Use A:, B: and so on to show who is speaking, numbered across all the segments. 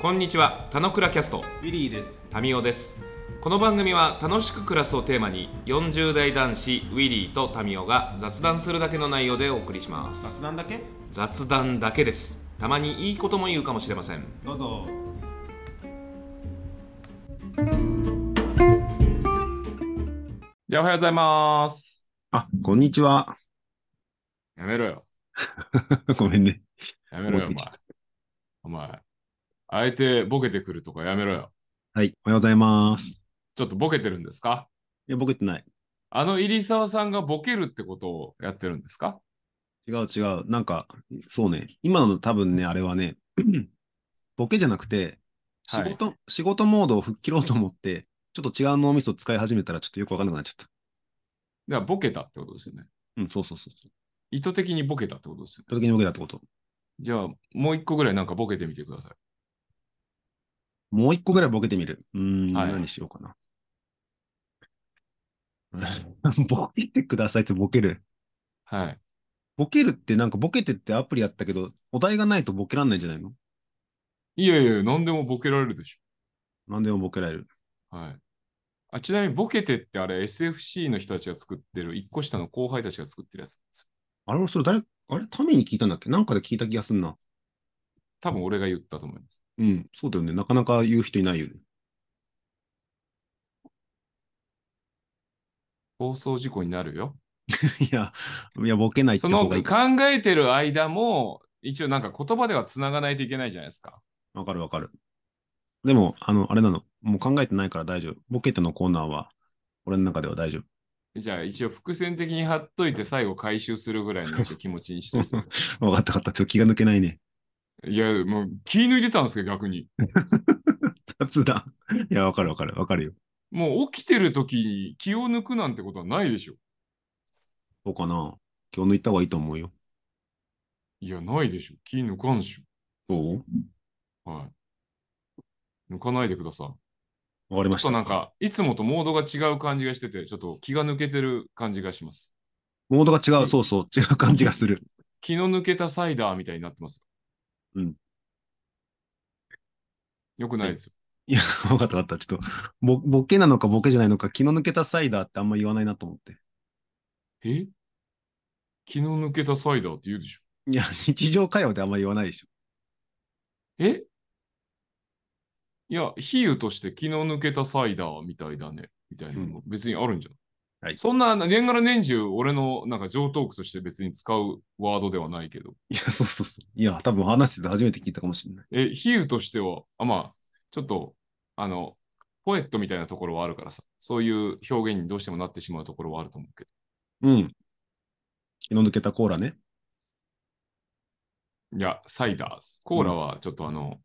A: こんにちは、たのくらキャスト、
B: ウィリーです。
A: タミオです。この番組は楽しく暮らすをテーマに、40代男子ウィリーとタミオが雑談するだけの内容でお送りします。
B: 雑談だけ
A: 雑談だけです。たまにいいことも言うかもしれません。
B: どうぞ。
A: じゃあおはようございます。
C: あ、こんにちは。
A: やめろよ。
C: ごめんね。
A: やめろよ、お前。お前。あえてボケてくるとかやめろよ。
C: はい、おはようございます。
A: ちょっとボケてるんですか
C: いや、ボケてない。
A: あの入澤さんがボケるってことをやってるんですか
C: 違う違う。なんか、そうね。今の多分ね、あれはね、 ボケじゃなくて、仕事、仕事モードを吹っ切ろうと思って、ちょっと違う脳みそ使い始めたらちょっとよくわかんなくなっちゃった。
A: じゃあボケたってことですよね。
C: うん、そうそうそうそう。
A: 意図的にボケたってことですよね。
C: その時にボケたってこと。
A: じゃあもう一個ぐらいなんかボケてみてください。
C: もう一個ぐらいボケてみる。うーん、
A: はい
C: 何しようかな。 ボケてくださいってボケる。
A: はい。
C: ボケるってなんかボケてってアプリやったけど、お題がないとボケらんないんじゃないの
A: いやいや、何でもボケられるでし
C: 何でもボケられる。
A: ょ。はい。あちなみにボケてってあれ SFC の人たちが作ってる、一個下の後輩たちが作ってるやつなんですよ。
C: あれ、俺それ誰、あれ、ために聞いたんだっけなんかで聞いた気がすんな。
A: 多分俺が言ったと思います。
C: うん、そうだよね。なかなか言う人いないよね。
A: 放送事故になるよ。
C: いや、いや、ボケないって
A: そ
C: 方
A: の
C: が
A: 考
C: いいか。
A: えてる間も、一応なんか言葉ではつながないといけないじゃないですか。
C: わかるわかる。でも、あの、あれなの。もう考えてないから大丈夫。ボケてのコーナーは、俺の中では大丈夫。
A: じゃあ一応伏線的に貼っといて最後回収するぐらいの一応気持ちにしていてくださ
C: わかったわかった。ちょっと気が抜けないね。
A: いいや、もう気抜いてたんですけど逆に。
C: 雑談。いや、わかるわかる。わかるよ。
A: もう起きてる時に気を抜くなんてことはないでしょ。
C: そうかな。今日抜いた方がいいと思うよ。
A: いや、ないでしょ。気抜かんでし
C: そう
A: ょ。はい。抜かないでください。
C: わ
A: ち
C: かり
A: ょ
C: ま
A: っ
C: し
A: と
C: た。
A: なんか、いつもとモードが違う感じがしてて、ちょっと気が抜けてる感じがします。
C: モードが違う。そうそう。違う感じがする。
A: 気の抜けたサイダーみたいになってます。
C: うん。
A: よくないですよ。
C: いや、わかったわかった。ちょっとボ、ボケなのかボケじゃないのか、気の抜けたサイダーってあんま言わないなと思って。
A: え気の抜けたサイダーって言うでしょ。
C: いや、 日常会話であんま言わないでしょ。
A: えいや、比喩として気の抜けたサイダーみたいだね。みたいなのも別にあるんじゃない、
C: はい
A: そんな年がら年中、俺のなんか上トークとして別に使うワードではないけど、
C: いや、そうそうそう。いや、多分話してて初めて聞いたかもしれない。
A: え、比喩としては、あ、まあ、ちょっと、あの、ポエットみたいなところはあるからさ、そういう表現にどうしてもなってしまうところはあると思うけ
C: うん。気の抜けたコーラね。
A: ど。いや、サイダーズ。コーラはちょっとあの、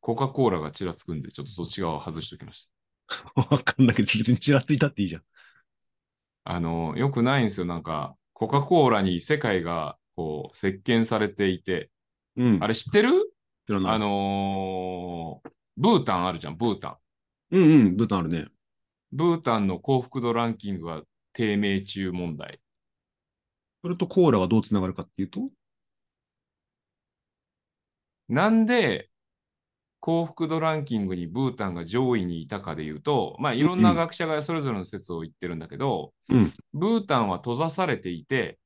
A: コカ・コーラがちらつくんで、ちょっとそっち側を外しておきました。
C: わかんないけど、別にちらついたっていいじゃん。
A: あの、よくないんですよ。なんか、コカ・コーラに世界がこう、席巻されていて、
C: うん。
A: あ
C: れ
A: れ知ってる
C: 知らない。
A: あのーブータンあるじゃん、ブータン。
C: うんうん、ブータンあるね。
A: ブータンの幸福度ランキングが低迷中問題。
C: それとコーラがどうつながるかっていうと、
A: なんで、幸福度ランキングにブータンが上位にいたかでいうと、まあ、いろんな
C: うん
A: 学者がそれぞれの説を言ってるんだけど、
C: うん
A: ブータンは閉ざされていて、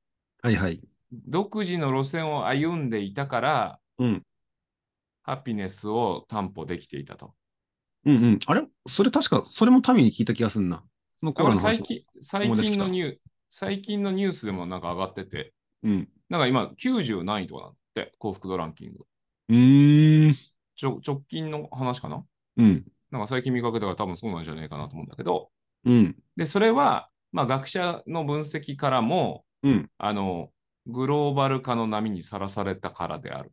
C: はいはい。
A: 独自の路線を歩んでいたから、
C: うん
A: ハピネスを担保できていたと。
C: うんうん。あれそれ確か、それも民に聞いた気がすんな。そのコ
A: だか
C: ーラ
A: ら最
C: の話も。
A: 近最
C: 思い出して
A: 近
C: きた
A: のニュー最近のニュースでもなんか上がってて、
C: うん。
A: なんか今90何位とかなんて、幸福度ランキング。
C: うーん。
A: ちょ直近の話かな
C: うん。
A: なんか最近見かけたから多分そうなんじゃないかなと思うんだけど、
C: うん。
A: で、それは、まあ、学者の分析からも、
C: うん。
A: あの、グローバル化の波にさらされたからである。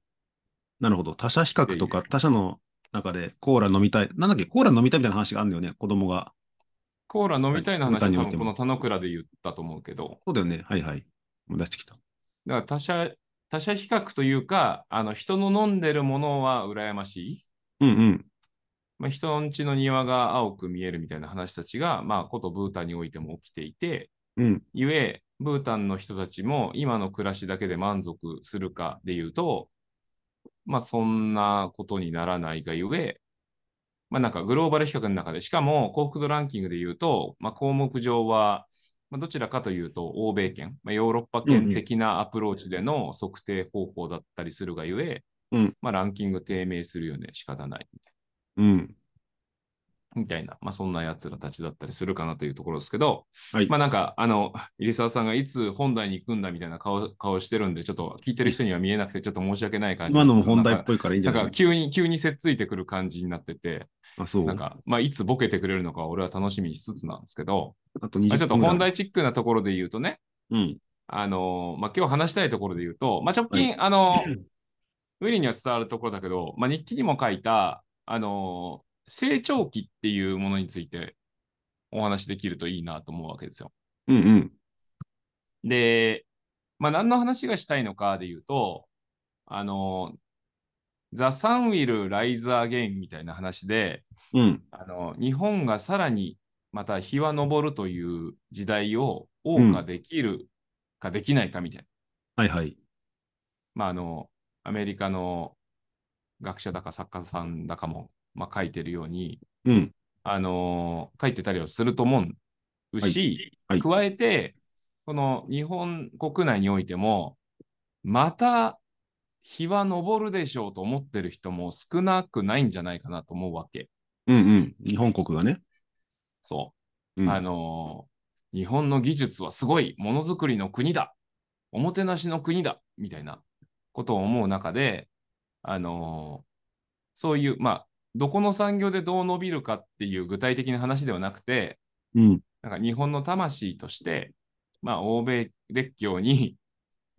C: なるほど。他者比較とか、他者の中でコーラ飲みたい。なんだっけ、コーラ飲みたいみたいな話があるんだよね、子供が。
A: コーラ飲みたいな
C: はい
A: 話は多
C: 歌におい
A: 分
C: て
A: こ
C: も
A: の田之倉で言ったと思うけど、
C: そうだよね。はいはい。思い出してきた。
A: だから他者、他者比較というか、あの人の飲んでるものは羨ましい。
C: うんうん。
A: まあ、人んちの庭が青く見えるみたいな話たちが、まあ、ことブータンにおいても起きていて、
C: うん。
A: ゆえ、ブータンの人たちも今の暮らしだけで満足するかでいうと、まあそんなことにならないがゆえ、まあなんかグローバル比較の中で、しかも幸福度ランキングで言うと、まあ項目上は、まあ、どちらかというと欧米圏、まあ、ヨーロッパ圏的なアプローチでの測定方法だったりするがゆえ、
C: うん
A: まあランキング低迷するよね、仕方ないみたいな。
C: うん。
A: みたいな、まあ、そんな奴らたちだったりするかなというところですけど、
C: はい
A: まあなんか、あの、入澤さんがいつ本題に行くんだみたいな顔顔してるんで、ちょっと聞いてる人には見えなくて、ちょっと申し訳ない感じ
C: 今のも本題
A: なんか
C: っぽいからいいんじ
A: な
C: ゃ
A: ん
C: ない
A: か急に、急にせっついてくる感じになってて、
C: あ、そう。
A: なんか、まあ、いつボケてくれるのか俺は楽しみにしつつなんですけど、
C: あと20分
A: まあ、ちょっと
C: ぐらい
A: 本。題チックなところで言うとね、
C: うん。
A: あのーまあ、今日話したいところで言うと、まあ、直近、あのーウィリーには伝わるところだけど、まあ、日記にも書いた、あのー成長期っていうものについてお話できるといいなと思うわけですよ。
C: うんうん。
A: で、まあ、何の話がしたいのかで言うと、あのー、The Sun Will Rise Again みたいな話で、
C: うん。
A: あのー日本がさらにまた日は昇るという時代を謳歌できるかできないかみたいな。
C: はいはい。
A: まあ、あの、アメリカの学者だか作家さんだかも、まあ、書いてるように、
C: うん。
A: あのー書いてたりはすると思うし、
C: はいはい
A: 加えて、この日本国内においても、また日は昇るでしょうと思ってる人も少なくないんじゃないかなと思うわけ。
C: うんうん。日本国がね。
A: そうう。
C: ん、
A: あのー日本の技術はすごい、ものづくりの国だ、おもてなしの国だ、みたいなことを思う中で、あのーそういう、まあ、どこの産業でどう伸びるかっていう具体的な話ではなくて、
C: うん。
A: なんか日本の魂として、まあ、欧米列強に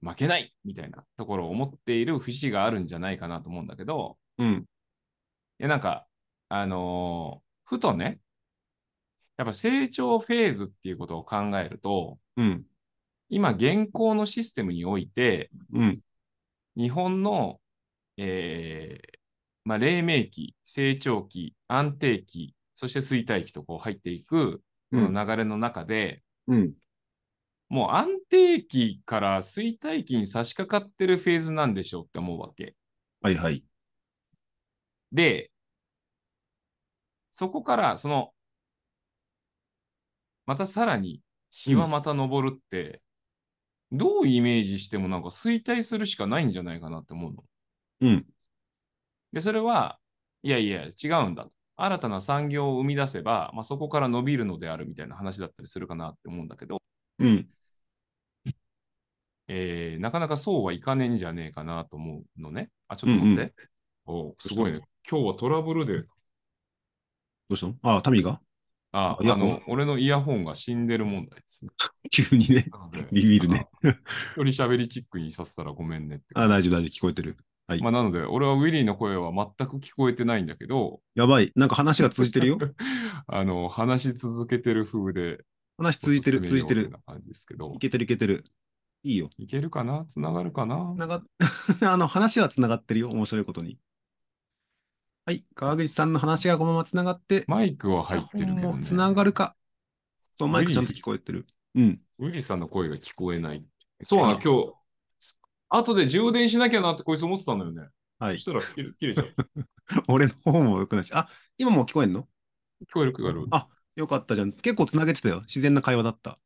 A: 負けないみたいなところを思っている節があるんじゃないかなと思うんだけど、
C: うん。
A: いや、なんか、あのーふとね、やっぱ成長フェーズっていうことを考えると、
C: うん。
A: 今、現行のシステムにおいて、
C: うん。
A: 日本の、えーまあ、黎明期、成長期、安定期、そして衰退期とこう入っていくこ
C: うん。
A: の流れの中で、
C: うん。
A: もう安定期から衰退期に差し掛かってるフェーズなんでしょうって思うわけ。
C: はいはい。
A: で、そこから、その、またさらに日はまた昇るって、どうイメージしてもなんか衰退するしかないんじゃないかなって思うの。
C: うん。
A: で、それは、いやいや、違うんだと。新たな産業を生み出せば、まあ、そこから伸びるのであるみたいな話だったりするかなって思うんだけど、
C: うん。
A: えーなかなかそうはいかねえんじゃねえかなと思うのね。あ、ちょっと待って。おすごいね。今日はトラブルで。
C: どうしたのあ、タ ミが
A: あ、
C: イヤ
A: あ
C: ホン
A: の、俺のイヤホンが死んでる問題ですね。
C: 急にね。
A: なので
C: ビビるね。
A: なんか一人喋りチックにさせたらごめんねって。
C: あ、大丈夫大丈夫。聞こえてる。
A: まあ、なので、俺はウィリーの声は全く聞こえてないんだけど、
C: やばい。なんか話が続いてるよ。
A: あの、話し続けてる風で、
C: 話続いてる、
A: おすす
C: 続
A: め
C: いて
A: よ
C: る
A: み。たいな感じですけど
C: い、けてるいけてる。いいよ。
A: いけるかなつながるかな
C: つながっ あの話はつながってるよ。面白いことに。はい。川口さんの話がこのままつながって、
A: マイクは入ってるけど
C: もう
A: ね。
C: つながるか。そう、マイクちゃんと聞こえてる。うん。
A: ウィリーさんの声が聞こえない。そうなの、今日、後で充電しなきゃなってこいつ思ってたんだよね。
C: は
A: そ
C: い
A: し。たら切れ切れちゃう。
C: 俺の方もよくないし。あ、今もう聞こえんの
A: 聞こえる聞こえる。
C: あ、よかったじゃん。結構つなげてたよ。自然な会話だった。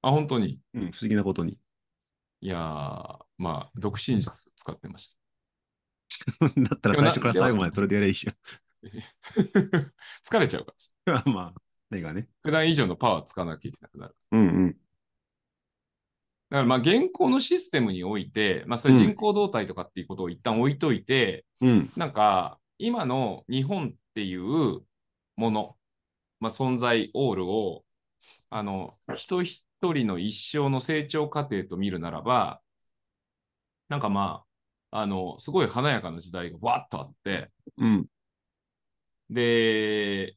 A: あ、本当に。
C: うん、不思議なことに。
A: いやー、まあ、独身術使ってまし
C: だったら最初から最後までそれでやりゃいいじ
A: た。 疲れちゃうからさ。
C: ゃん。 まあ、目がね。
A: 普段以上のパワー使わなきゃいけなくなる。
C: うんうん。
A: だからまあ現行のシステムにおいて、まあ、それ人口動態とかっていうことを一旦置いといて、
C: うん。
A: なんか今の日本っていうもの、まあ、存在オールをあの人一人の一生の成長過程と見るならばなんかまああのすごい華やかな時代がわっとあって
C: うん。
A: で、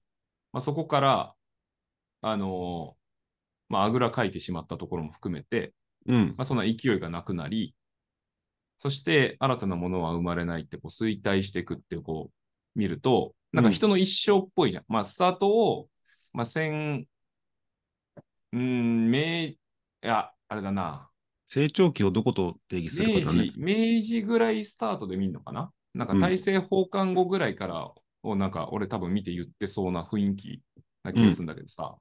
A: まあ、そこからあの、まあ、あぐらかいてしまったところも含めて、
C: うん。
A: まあ、そんな勢いがなくなり、そして新たなものは生まれないってこう衰退していくっていうこう見ると、なんか人の一生っぽいじゃん。まあ、スタートを、まあ、千、うん、明、いや、あれだな、
C: 成長期をどこと定義する
A: 明
C: かだね
A: 治、。明治ぐらいスタートで見るのかななんか大政奉還後ぐらいからをなんか俺多分見て言ってそうな雰囲気な気がするんだけどさ、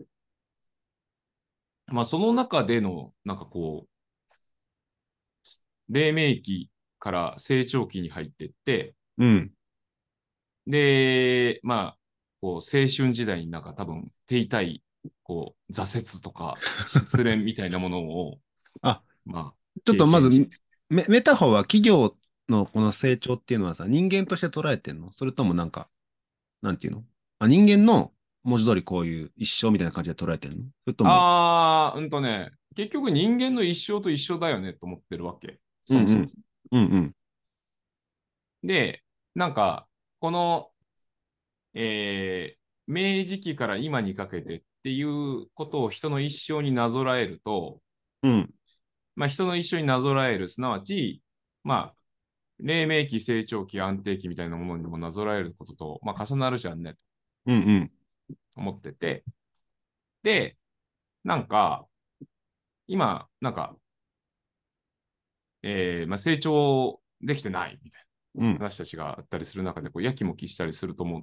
A: まあその中でのなんかこう黎明期から成長期に入ってって
C: うん。
A: でまあこう青春時代になんか多分手痛いこう挫折とか失恋みたいなものを
C: あ
A: ま
C: ちょっとまず
A: 経験
C: メ、メタファーは企業のこの成長っていうのはさ、人間として捉えてんのそれともなんか、なんていうのあ人間の文字通りこういう一生みたいな感じで捉えてんのそれと
A: あ
C: も、
A: あーうんとね結局人間の一生と一緒だよねと思ってるわけそもそも
C: んうんうん。
A: で、なんか、この、えー明治期から今にかけてっていうことを人の一生になぞらえると、
C: うん。
A: まあ、人の一生になぞらえる、すなわち、まあ、黎明期、成長期、安定期みたいなものにもなぞらえることと、まあ、重なるじゃんね、
C: うんうん。
A: と思ってて。で、なんか、今、なんか、えーまあ、成長できてないみたいな。
C: うん。
A: 話たちがあったりする中で、こう、やきもきしたりすると思う。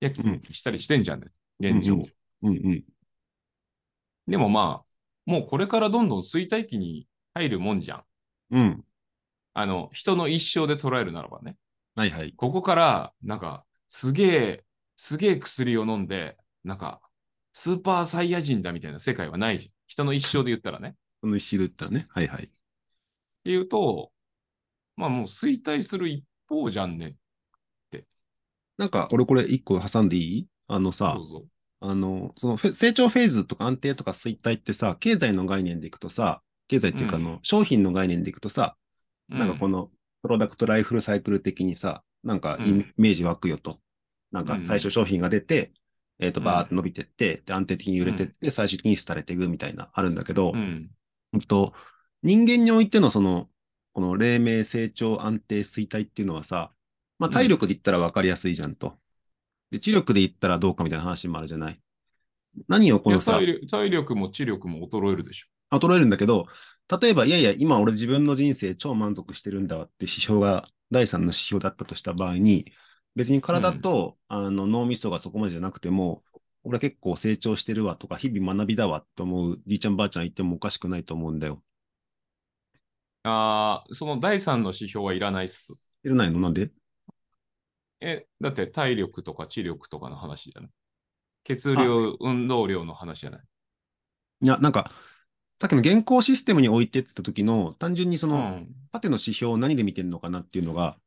A: やきもきしたりしてんじゃんね、現状。
C: うんうんうん。
A: でもまあ、もうこれからどんどん衰退期に入るもんじゃん。
C: うん。
A: あの、人の一生で捉えるならばね。
C: はいはい。
A: ここから、なんか、すげえ、すげえ薬を飲んで、なんか、スーパーサイヤ人だみたいな世界はないじ人の一生で言ったらね。っ
C: この一周で言ったらね。はいはい。
A: ていうと、まあもう衰退する一方じゃんね。
C: なんか、俺これ一個挟んでいいあのさ
A: ど、うぞ。
C: あの、そのフェ成長フェーズとか安定とか衰退ってさ、経済の概念でいくとさ、経済っていうかあの、商品の概念でいくとさ、なんかこ
A: の、
C: のプロダクトライフルサイクル的にさ、なんか
A: うん
C: イメージ湧くよと。なん
A: う
C: か
A: んうん
C: 最初商品が出て、えっと、
A: うん
C: バーって伸びてって、で、安定的に売れてって、最終的に廃れていくみたいな、あるんだけど
A: う、ん。
C: うんと、人間においてのその、この黎明、成長、安定、衰退っていうのはさ、まあ
A: うん
C: 体力で言ったら分かりやすいじゃんと。で、知力で言ったらどうかみたいな話もあるじゃない。何を
A: い
C: こ
A: や
C: のさ
A: 体、力体力も知力も衰えるでしょ。
C: 衰えるんだけど、例えば、いやいや、今俺自分の人生超満足してるんだわって指標が、第三の指標だったとした場合に、別に体と、あの脳みそがそこまでじゃなくても、俺結構成長してるわとか、日々学びだわって思う、じいちゃんばあちゃん言ってもおかしくないと思うんだよ。
A: ああ、その第三の指標はいらないっす。
C: いらないのなんで
A: え、だって体力とか知力とかの話じゃない。血量、運動量の話じゃない。
C: いや、なんか、さっきの現行システムに置いてって言った時の、単純にそうの、
A: ん。
C: 縦の指標を何で見てるのかなっていうのが、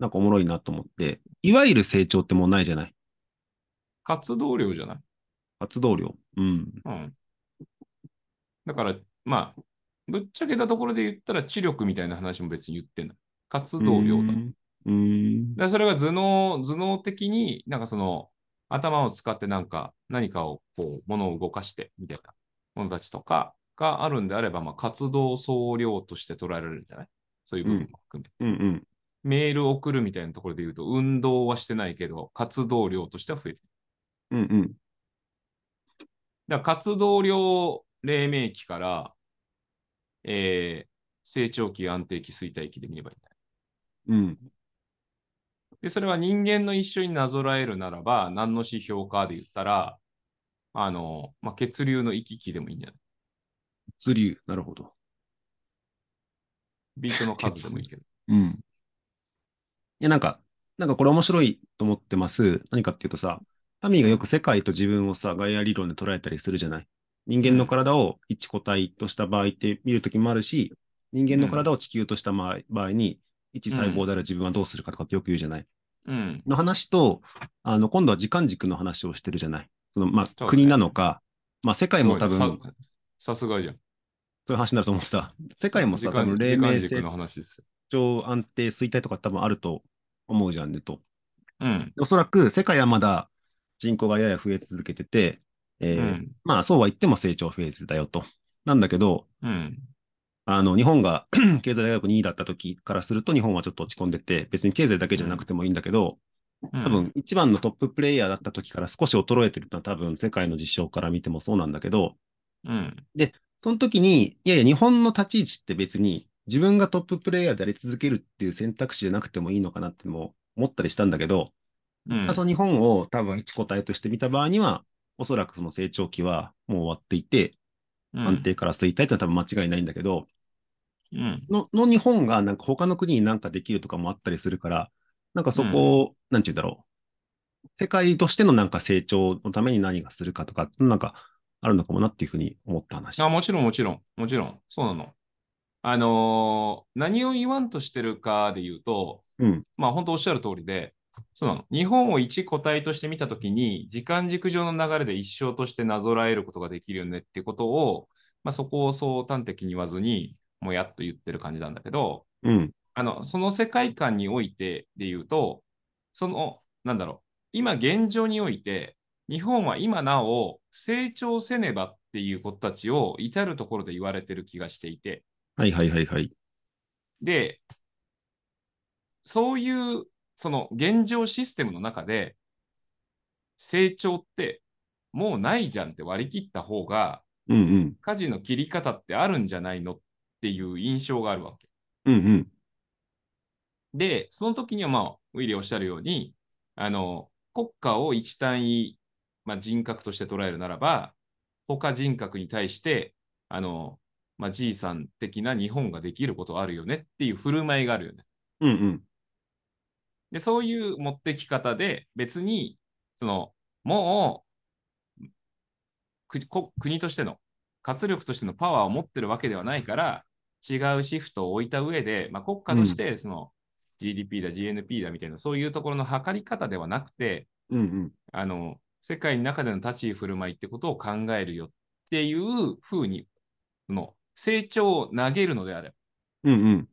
C: なんかおもろいなと思って、いわゆる成長ってもうないじゃない
A: 活動量じゃない。
C: 活動量。うん。
A: うん。だから、まあ、ぶっちゃけたところで言ったら知力みたいな話も別に言ってない。活動量だ。だ
C: う
A: か
C: んうん。
A: らそれが頭脳、頭脳的になんかその頭を使ってなんか何かをこう、物を動かしてみたいなものたちとかがあるんであれば、まあ活動総量として捉えられるんじゃないそういう部分も含めて
C: うんうん。
A: メール送るみたいなところで言うと、運動はしてないけど、活動量としては増えてる。
C: うんうん。
A: だから活動量、黎明期から、えー成長期、安定期、衰退期で見ればいいんだよ。
C: うん。
A: で、それは人間の一緒になぞらえるならば、何の指標かで言ったら、あの、まあ、血流の行き来でもいいんじゃない
C: 物流。なるほど。
A: ビートの数でもいいけど。
C: うん。いや、なんか、なんかこれ面白いと思ってます。何かっていうとさ、タミーがよく世界と自分をさ、ガイア理論で捉えたりするじゃない。人間の体を一個体とした場合って見るときもあるし、人間の体を地球とした場合場合に、一細胞である自分はどうするかとかってよく言うじゃない。
A: うん。
C: の話と、あの、今度は時間軸の話をしてるじゃない。その、ま
A: だ
C: あ、
A: ね
C: 国なのか、まあ、世界も多分、
A: す
C: そ
A: ごいうねささすがじゃん。
C: いう話になると思ってた。世界も
A: 時
C: さ、多
A: 間
C: 分、黎
A: 時
C: 明
A: 間軸
C: 成
A: の話です。
C: 長安定衰退とか多分あると思うじゃんねと。
A: うん。
C: おそらく世界はまだ人口がやや増え続けてて、え
A: う
C: ー
A: ん。
C: まあそうは言っても成長フェーズだよと。なんだけど、
A: うん。
C: あの日本が 経済大学2位だった時からすると日本はちょっと落ち込んでて、別に経済だけじゃなくてもいいんだけど、
A: うん
C: 多分一番のトッププレイヤーだった時から少し衰えてるのは多分世界の実証から見てもそうなんだけど、
A: うん。
C: その時に、いやいや日本の立ち位置って別に自分がトッププレイヤーであり続けるっていう選択肢じゃなくてもいいのかなってのも思ったりしたんだけど、
A: うん
C: その日本を多分一個体として見た場合には、おそらくその成長期はもう終わっていて、
A: うん
C: 安定から衰退ってのは多分間違いないんだけど、
A: うん
C: のの日本がなんか他の国になんかできるとかもあったりするから、なんかそこを、なんて言うんだろう。世界としてのなんか成長のために何がするかとか、なんかあるのかもなっていうふうに思った話。
A: あもちろん、もちろん、もちろん、そうなの。あのー何を言わんとしてるかで言うと、
C: うん
A: まあ本当おっしゃる通りで、そうなの。日本を一個体として見たときに、時間軸上の流れで一生としてなぞらえることができるよねっていうことを、まあそこをそう端的に言わずに、もやっと言ってる感じなんだけど、
C: うん。
A: あの、その世界観においてで言うと、その、なんだろう、今現状において、日本は今なお成長せねばっていうことたちを至るところで言われてる気がしていて、
C: はいはいはいはい。
A: で、そういう、その現状システムの中で、成長ってもうないじゃんって割り切った方が、
C: うんうん。
A: 舵の切り方ってあるんじゃないのっていう印象があるわけ。
C: うんうん。
A: で、その時には、まあ、ウィリーおっしゃるように、あの、国家を一単位、まあ、人格として捉えるならば、他人格に対して、あの、まあ、じいさん的な日本ができることあるよねっていう振る舞いがあるよね。
C: うんうん。
A: で、そういう持ってき方で、別に、その、もう、くこ国としての、活力としてのパワーを持ってるわけではないから、違うシフトを置いた上で、まあ、国家として、その、GDP だ、GNP だみたいな、そういうところの測り方ではなくて、
C: うんうん。
A: あの、世界の中での立ち居振る舞いってことを考えるよっていうふうに、その、成長を投げるのであれば、
C: うんうん。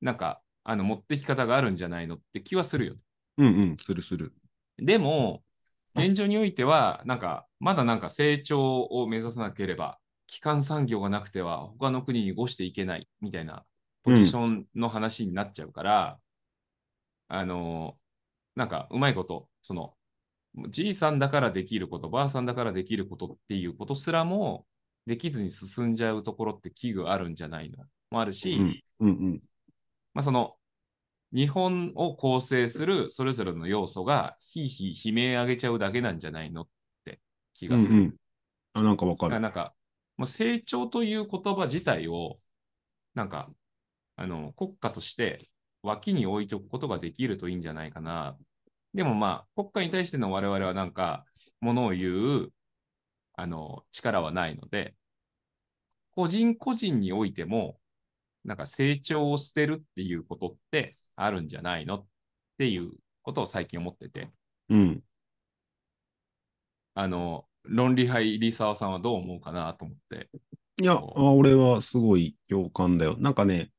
A: なんか、あの、持ってき方があるんじゃないのって気はするよ。
C: うんうん。するする。
A: でも、現状においては、なんか、まだなんか成長を目指さなければ、基幹産業がなくては、他の国に越していけないみたいなポジションの話になっちゃうから、あの、なんか、うまいこと、その、じいさんだからできること、ばあさんだからできることっていうことすらも、できずに進んじゃうところって危惧あるんじゃないのもあるし、
C: うんうんうん。
A: まあ、その日本を構成するそれぞれの要素がひいひい悲鳴上げちゃうだけなんじゃないのって気がする。
C: うんうんあ、なんかわか
A: だから
C: る。
A: なんか、もう成長という言葉自体を、なんか、あの、国家として脇に置いておくことができるといいんじゃないかな。でもまあ、国家に対しての我々はなんか、ものを言う、あの、力はないので、個人個人においても、なんか成長を捨てるっていうことってあるんじゃないのっていうことを最近思ってて、
C: うん。
A: あの、論理派入沢さんはどう思うかなと思って。
C: いや、あ俺はすごい共感だよ。なんかね、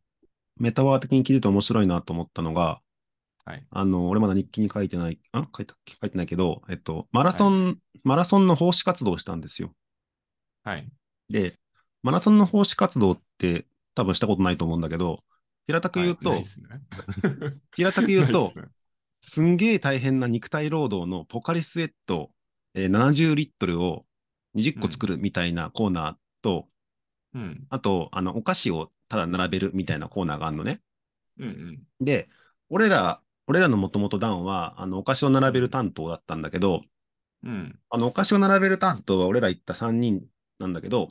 C: メタワー的に聞いてて面白いなと思ったのが、
A: はい
C: あの、俺まだ日記に書いてない、あ、書いたっけ書いてないけど、えっと、マラソン、マラソンの奉仕活動をしたんですよ。
A: はい。
C: で、マラソンの奉仕活動って多分したことないと思うんだけど、平たく言うと、
A: はいないっすね
C: 平たく言う
A: ないっ
C: と
A: す、ね
C: すんげえ大変な肉体労働のポカリスエット、えー70リットルを20個作るみたいなコーナーと、
A: うん。
C: あと、あの、お菓子をただ並べるみたいなコーナーがあるのね。
A: うんうん。
C: で、俺ら、俺らのもともとダンは、あの、お菓子を並べる担当だったんだけど、
A: うん。
C: あの、お菓子を並べる担当は俺ら行った3人なんだけど、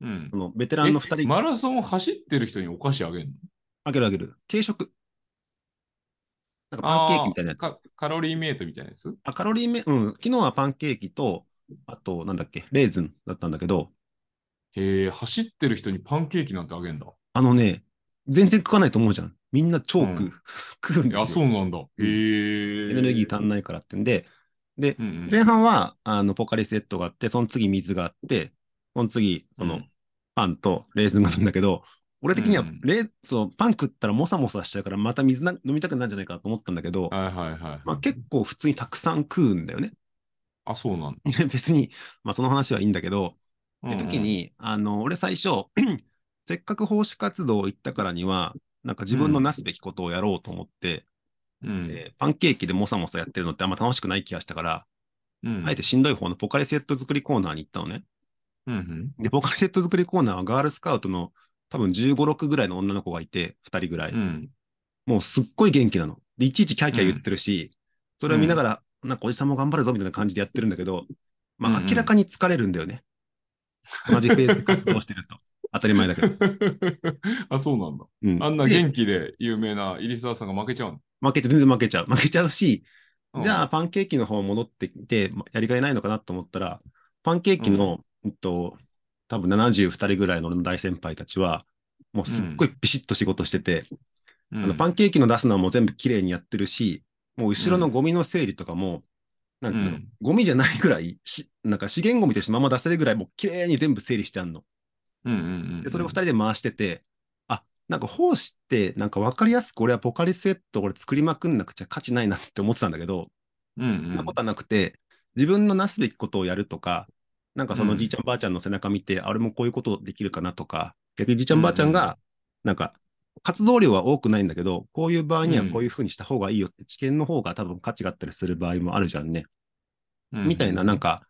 A: うん
C: そ。のベテランの2
A: え
C: 人、
A: マラソン走ってる人にお菓子あげるの
C: あげるあげる、軽食。なんかパンケーキみたいなやつ。
A: あ
C: あ
A: ーかカロリーメイトみたいなやつ
C: カロリーめ、うん、昨日はパンケーキと、あと、なんだっけ、レーズンだったんだけど、
A: へえ、走ってる人にパンケーキなんてあげんだ。
C: あのね、全然食わないと思うじゃん。みんな超食う。
A: うん
C: 食うんですよ。
A: あ、そうなんだ。へえ。
C: エネルギー足んないからってんで、で、
A: うんうん。
C: 前半はあのポカリスエットがあって、その次水があって、その次その
A: うん
C: パンとレーズンがあるんだけど、俺的には
A: うんうん
C: レーそのパン食ったらもさもさしちゃうから、また水な飲みたくなるんじゃないかなと思ったんだけど、
A: はいはいはい。
C: まあ、結構普通にたくさん食うんだよね。
A: あ、そうなんだ。
C: 別に、まあ、その話はいいんだけど、
A: うん
C: っ
A: うん
C: て時、に、あの俺最初 せっかく奉仕活動行ったからにはなんか自分のなすべきことをやろうと思って、
A: うん
C: えーパンケーキでもさもさやってるのってあんま楽しくない気がしたから、
A: うん
C: あえてしんどい方のポカリセット作りコーナーに行ったのね。
A: うんうん
C: で、ポカリセット作りコーナーはガールスカウトの多分15、6ぐらいの女の子がいて、2人ぐらい。
A: うん
C: もうすっごい元気なの。で、いちいちキャーキャー言ってるし、それを見ながら、なんかおじさんも頑張るぞみたいな感じでやってるんだけど、ま
A: う
C: あ
A: んうん
C: 明らかに疲れるんだよね。同じフェーズで活動してると。当たり前だけど。
A: あ、そうなんだ。
C: うん、
A: あんな
C: で
A: 元気で有名な入澤さんが負けちゃうの
C: 負けちゃう、全然負けちゃう。負けちゃうし、
A: うん。
C: じゃあパンケーキの方戻ってきて、まやりがいないのかなと思ったら、パンケーキの、うんと、多分72人ぐらいの俺の大先輩たちは、もうすっごいビシッと仕事してて、
A: うん、
C: あのパンケーキの出すのはもう全部綺麗にやってるし、もう後ろのゴミの整理とかも、なんていうの
A: うん
C: ゴミじゃないぐらいし、なんか資源ゴミとしてまま出せるぐらい、もう綺麗に全部整理してあんの。
A: うんうんうん、
C: で、それを2人で回してて、あ、なんか奉仕って、なんか分かりやすく俺はポカリスエットこれ作りまくんなくちゃ価値ないなって思ってたんだけど、
A: うん
C: そ
A: うん
C: んなことはなくて、自分のなすべきことをやるとか、なんかそうの
A: ん
C: じいちゃんばあちゃんの背中見て、あ俺もこういうことできるかなとか、逆にじいちゃんばあちゃん
A: うんう
C: が、なんか、活動量は多くないんだけど、こういう場合にはこういうふうにした方がいいよって、知見の方が多分価値があったりする場合もあるじゃんね。
A: うん
C: みたいな、なんか、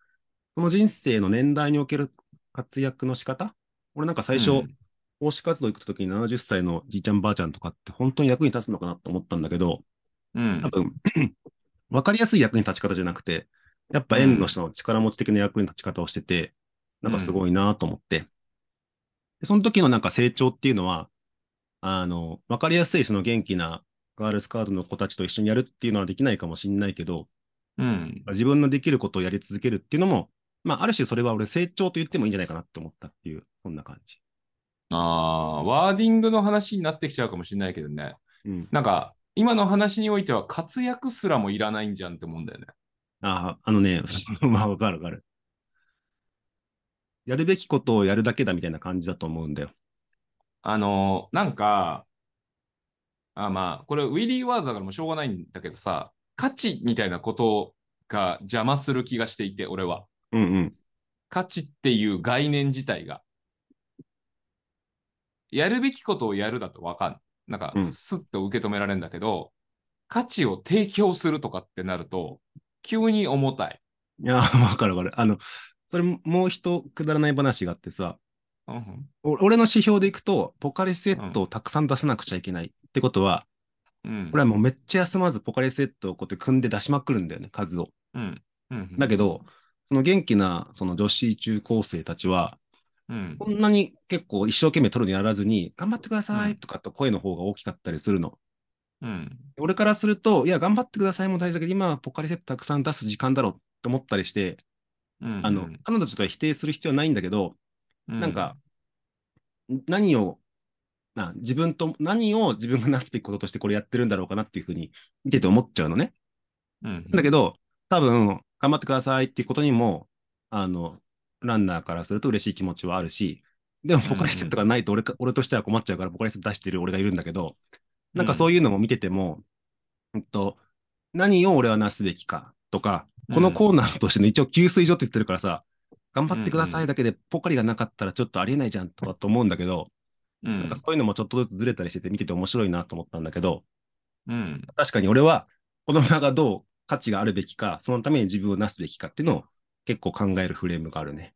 C: その人生の年代における活躍の仕方俺なんか最初、
A: うん
C: 奉仕活動行くときに70歳のじいちゃんばあちゃんとかって本当に役に立つのかなと思ったんだけど、
A: うん
C: 多分、 分かりやすい役に立ち方じゃなくて、やっぱ縁の下の力持ち的な役に立ち方をしてて、なんかすごいなと思って。でその時のなんか成長っていうのは、あの、分かりやすいその元気なガールスカートの子たちと一緒にやるっていうのはできないかもしれないけど、
A: うん
C: 自分のできることをやり続けるっていうのも、まあ、ある種それは俺成長と言ってもいいんじゃないかなって思ったっていう、そんな感じ。
A: あーワーディングの話になってきちゃうかもしれないけどね。
C: うん。
A: なんか、今の話においては活躍すらもいらないんじゃんって思うんだよね。
C: ああ、あのね、 まあ、わかるわかる。やるべきことをやるだけだみたいな感じだと思うんだよ。
A: あのーなんか、あまあ、これウィリー・ワードだからもうしょうがないんだけどさ、価値みたいなことが邪魔する気がしていて、俺は。
C: うんうん。
A: 価値っていう概念自体が。やるべきことをやるだとわかんなんか
C: う、ん
A: すっと受け止められるんだけど、価値を提供するとかってなると、急に重たい。
C: いや、 わかるわかる。あの、それももう一くだらない話があってさ、
A: うん
C: お俺の指標でいくと、ポカリスエットをたくさん出さなくちゃいけないってことは、
A: うん。
C: 俺はもうめっちゃ休まずポカリスエットをこうやって組んで出しまくるんだよね、数を。
A: うん。うん。
C: だけど、その元気なその女子中高生たちは、
A: うん。
C: こんなに結構一生懸命取るのやらずに、頑張ってくださいとかって声の方が大きかったりするの。
A: うん。
C: 俺からすると、いや、頑張ってくださいも大事だけど、今はポカリスエットたくさん出す時間だろうって思ったりして、
A: うん。
C: あの、彼女たちは否定する必要はないんだけど、
A: う、
C: なんか、何を、な自分と、何を自分がなすべきこととしてこれやってるんだろうかなっていうふうに見てて思っちゃうのね。
A: うん。
C: だけど、多分、頑張ってくださいっていうことにも、あの、ランナーからすると嬉しい気持ちはあるし、でも、ポカリスエットがないと俺か、俺としては困っちゃうから、ポカリスエット出してる俺がいるんだけど、なんかそういうのも見てても、うんと、何を俺はなすべきかとか、このコーナーとしての一応給水所って言ってるからさ、頑張ってくださいだけでポカリがなかったらちょっとありえないじゃんとかと思うんだけど、
A: う
C: なん
A: ん
C: か。そういうのもちょっとずつずれたりしてて見てて面白いなと思ったんだけど、
A: うん。
C: 確かに俺は子供がどう価値があるべきか、そのために自分をなすべきかっていうのを結構考えるフレームがあるね。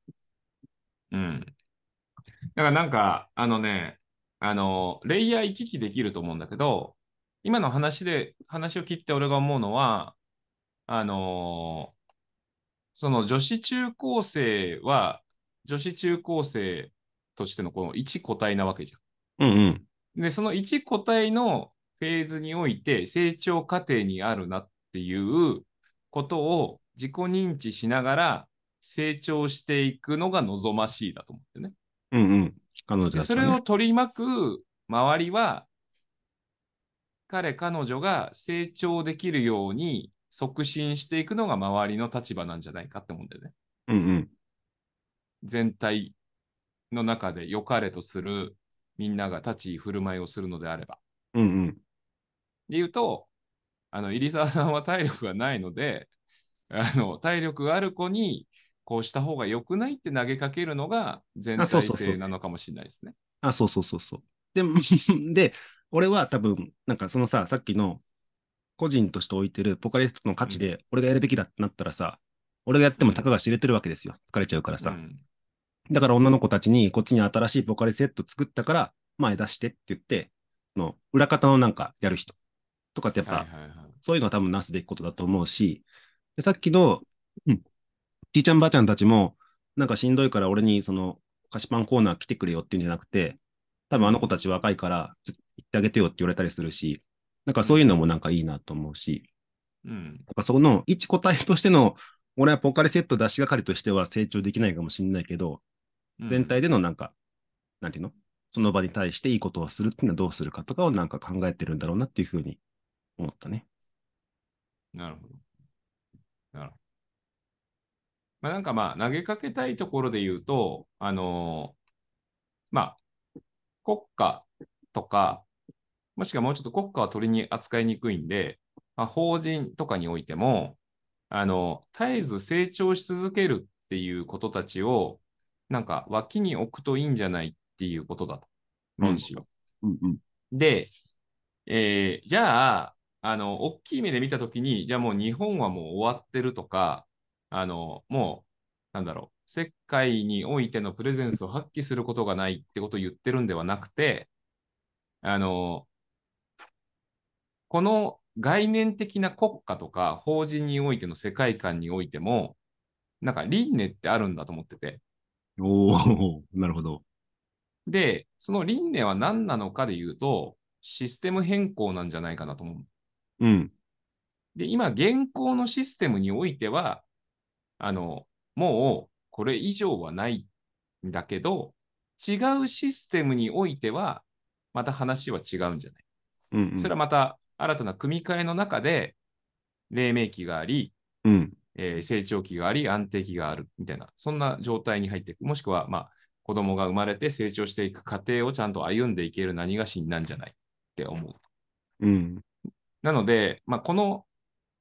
A: うん。だからなんか、あのね、あの、レイヤー行き来できると思うんだけど、今の話で、話を切って俺が思うのは、あのーその女子中高生は、女子中高生としてのこの一個体なわけじゃ
C: うんうん。
A: ん。で、その一個体のフェーズにおいて成長過程にあるなっていうことを自己認知しながら成長していくのが望ましいだと思ってね。
C: うんうん。彼女
A: で
C: だった
A: そ
C: ら
A: れ
C: ね
A: を取り巻く周りは、彼、彼女が成長できるように促進していくのが周りの立場なんじゃないかって思うんだよね。
C: うんうん。
A: 全体の中で良かれとするみんなが立ち居振る舞いをするのであれば。
C: うんうん。
A: で言うと、あの、入澤さんは体力がないので、あの、体力がある子に、こうした方が良くないって投げかけるのが全
C: あそう
A: 体
C: そうそうそう
A: 性なのかもしれないですね。
C: あ、そうそうそうそう。で、で、 俺は多分、なんかそのさ、さっきの個人として置いてるポカリストの価値で、俺がやるべきだってなったらさ、俺がやってもたかが知れてるわけですよ。疲れちゃうから
A: う
C: さ。
A: ん
C: だから女の子たちに、こっちに新しいポカリセット作ったから、前出してって言って、の裏方のなんかやる人とかってやっ
A: はいは
C: ぱ
A: いはい。
C: そういうのは多分なすべきことだと思うし、でさっきの、うんじいちゃんばあちゃんたちも、なんかしんどいから俺にその菓子パンコーナー来てくれよっていうんじゃなくて、多分あの子たち若いから、ちょっと行ってあげてよって言われたりするし、なんかそういうのもなんかいいなと思うし、
A: うん。
C: なんかその一個体としての、俺はポカリセット出し係としては成長できないかもしれないけど、
A: うん
C: 全体でのなんか、なんていうのその場に対していいことをするっていうのはどうするかとかをなんか考えてるんだろうなっていうふうに思ったね。
A: なるほど。なるほど。まあなんかまあ投げかけたいところで言うと、あのーまあ国家とか、もしくはもうちょっと国家は取りに扱いにくいんで、まあ、法人とかにおいても、あの、絶えず成長し続けるっていうことたちを、なんか脇に置くといいんじゃないっていうことだと。論旨を。
C: うんうん。
A: で、えーじゃあ、あの、大きい目で見たときに、じゃあもう日本はもう終わってるとか、あの、もう、なんだろう、世界においてのプレゼンスを発揮することがないってことを言ってるんではなくて、あの、この概念的な国家とか法人においての世界観においても、なんか輪廻ってあるんだと思ってて、
C: おお、 なるほど。
A: で、その輪廻は何なのかで言うと、システム変更なんじゃないかなと思う。
C: うん。
A: で、今、現行のシステムにおいては、あの、もうこれ以上はないんだけど、違うシステムにおいては、また話は違うんじゃない
C: うん、うん。
A: それはまた新たな組み替えの中で、黎明期があり、
C: うん。
A: えー成長期があり、安定期があるみたいな、そんな状態に入っていく。もしくは、まあ、子供が生まれて成長していく過程をちゃんと歩んでいける何がしになんじゃないって思う。
C: うん。
A: なので、まあ、この、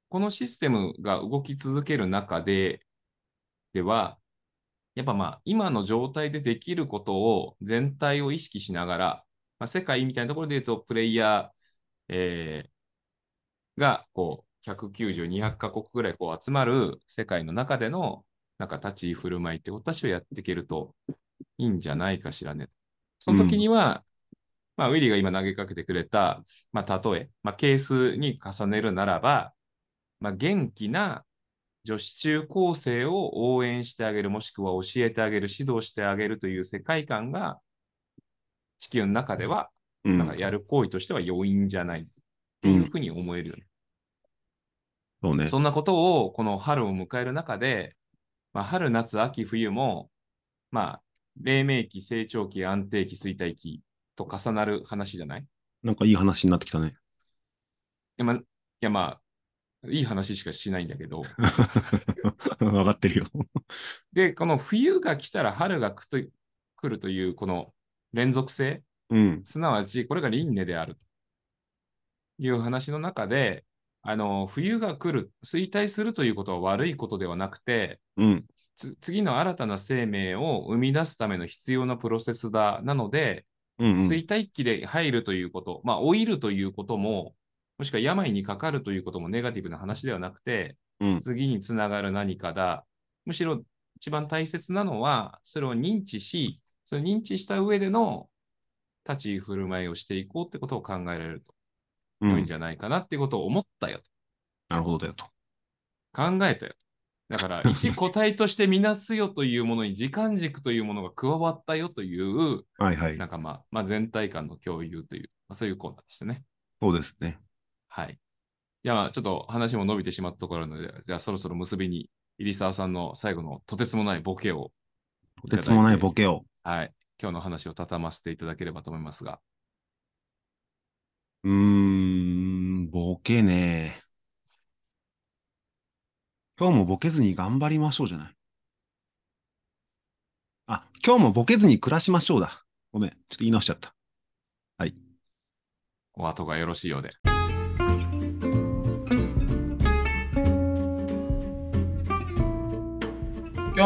A: このシステムが動き続ける中で、では、やっぱまあ、今の状態でできることを全体を意識しながら、まあ、世界みたいなところで言うと、プレイヤー、えーが、こう、190、200カ国ぐらいこう集まる世界の中での、なんか立ち居振る舞いってことたちをやっていけるといいんじゃないかしらね。その時には、まあ、ウィリーが今投げかけてくれた、まあ、例え、まあ、ケースに重ねるならば、まあ、元気な女子中高生を応援してあげる、もしくは教えてあげる、指導してあげるという世界観が、地球の中では、
C: うん
A: なんかやる行為としては要因じゃないっていうふうに思えるよね。
C: そうね。
A: そんなことをこの春を迎える中で、まあ、春、夏、秋、冬も、まあ、黎明期、成長期、安定期、衰退期と重なる話じゃない
C: なんかいい話になってきたね。
A: でまあいや、まあ、いい話しかしないんだけど、
C: わかってるよ。
A: で、この冬が来たら春が来と来るという、この連続性、
C: うん。
A: すなわち、これが輪廻であるという話の中で、あの冬が来る、衰退するということは悪いことではなくて、
C: うん。
A: つ次の新たな生命を生み出すための必要なプロセスだ。なので、
C: うん、うん。
A: 衰退期で入るということ、まあ、老いるということも、もしくは病にかかるということもネガティブな話ではなくて、
C: うん
A: 次につながる何かだ。むしろ一番大切なのは、それを認知し、それを認知した上での立ち居振る舞いをしていこうってことを考えられると
C: う
A: 良いん
C: ん
A: じゃないかなっていうことを思ったよ。
C: なるほどだよと。
A: 考えたよ。だから、 一個体としてみなすよというものに時間軸というものが加わったよという、
C: はいはい
A: な。んかまあ、まあ、全体感の共有という、まあ、そういうコーナーでしたね。
C: そうですね。
A: はい。じゃあ、ちょっと話も伸びてしまったところなので、じゃあそろそろ結びに、入澤さんの最後のとてつもないボケを、
C: とてつもない
A: ただ
C: ボケを。
A: はい。今日の話を畳ませていただければと思いますが、
C: うーん、ボケね。今日もボケずに頑張りましょうじゃない。あ、今日もボケずに暮らしましょうだ。ごめん、ちょっと言い直しちゃった。
A: お後がよろしいようで。
B: 今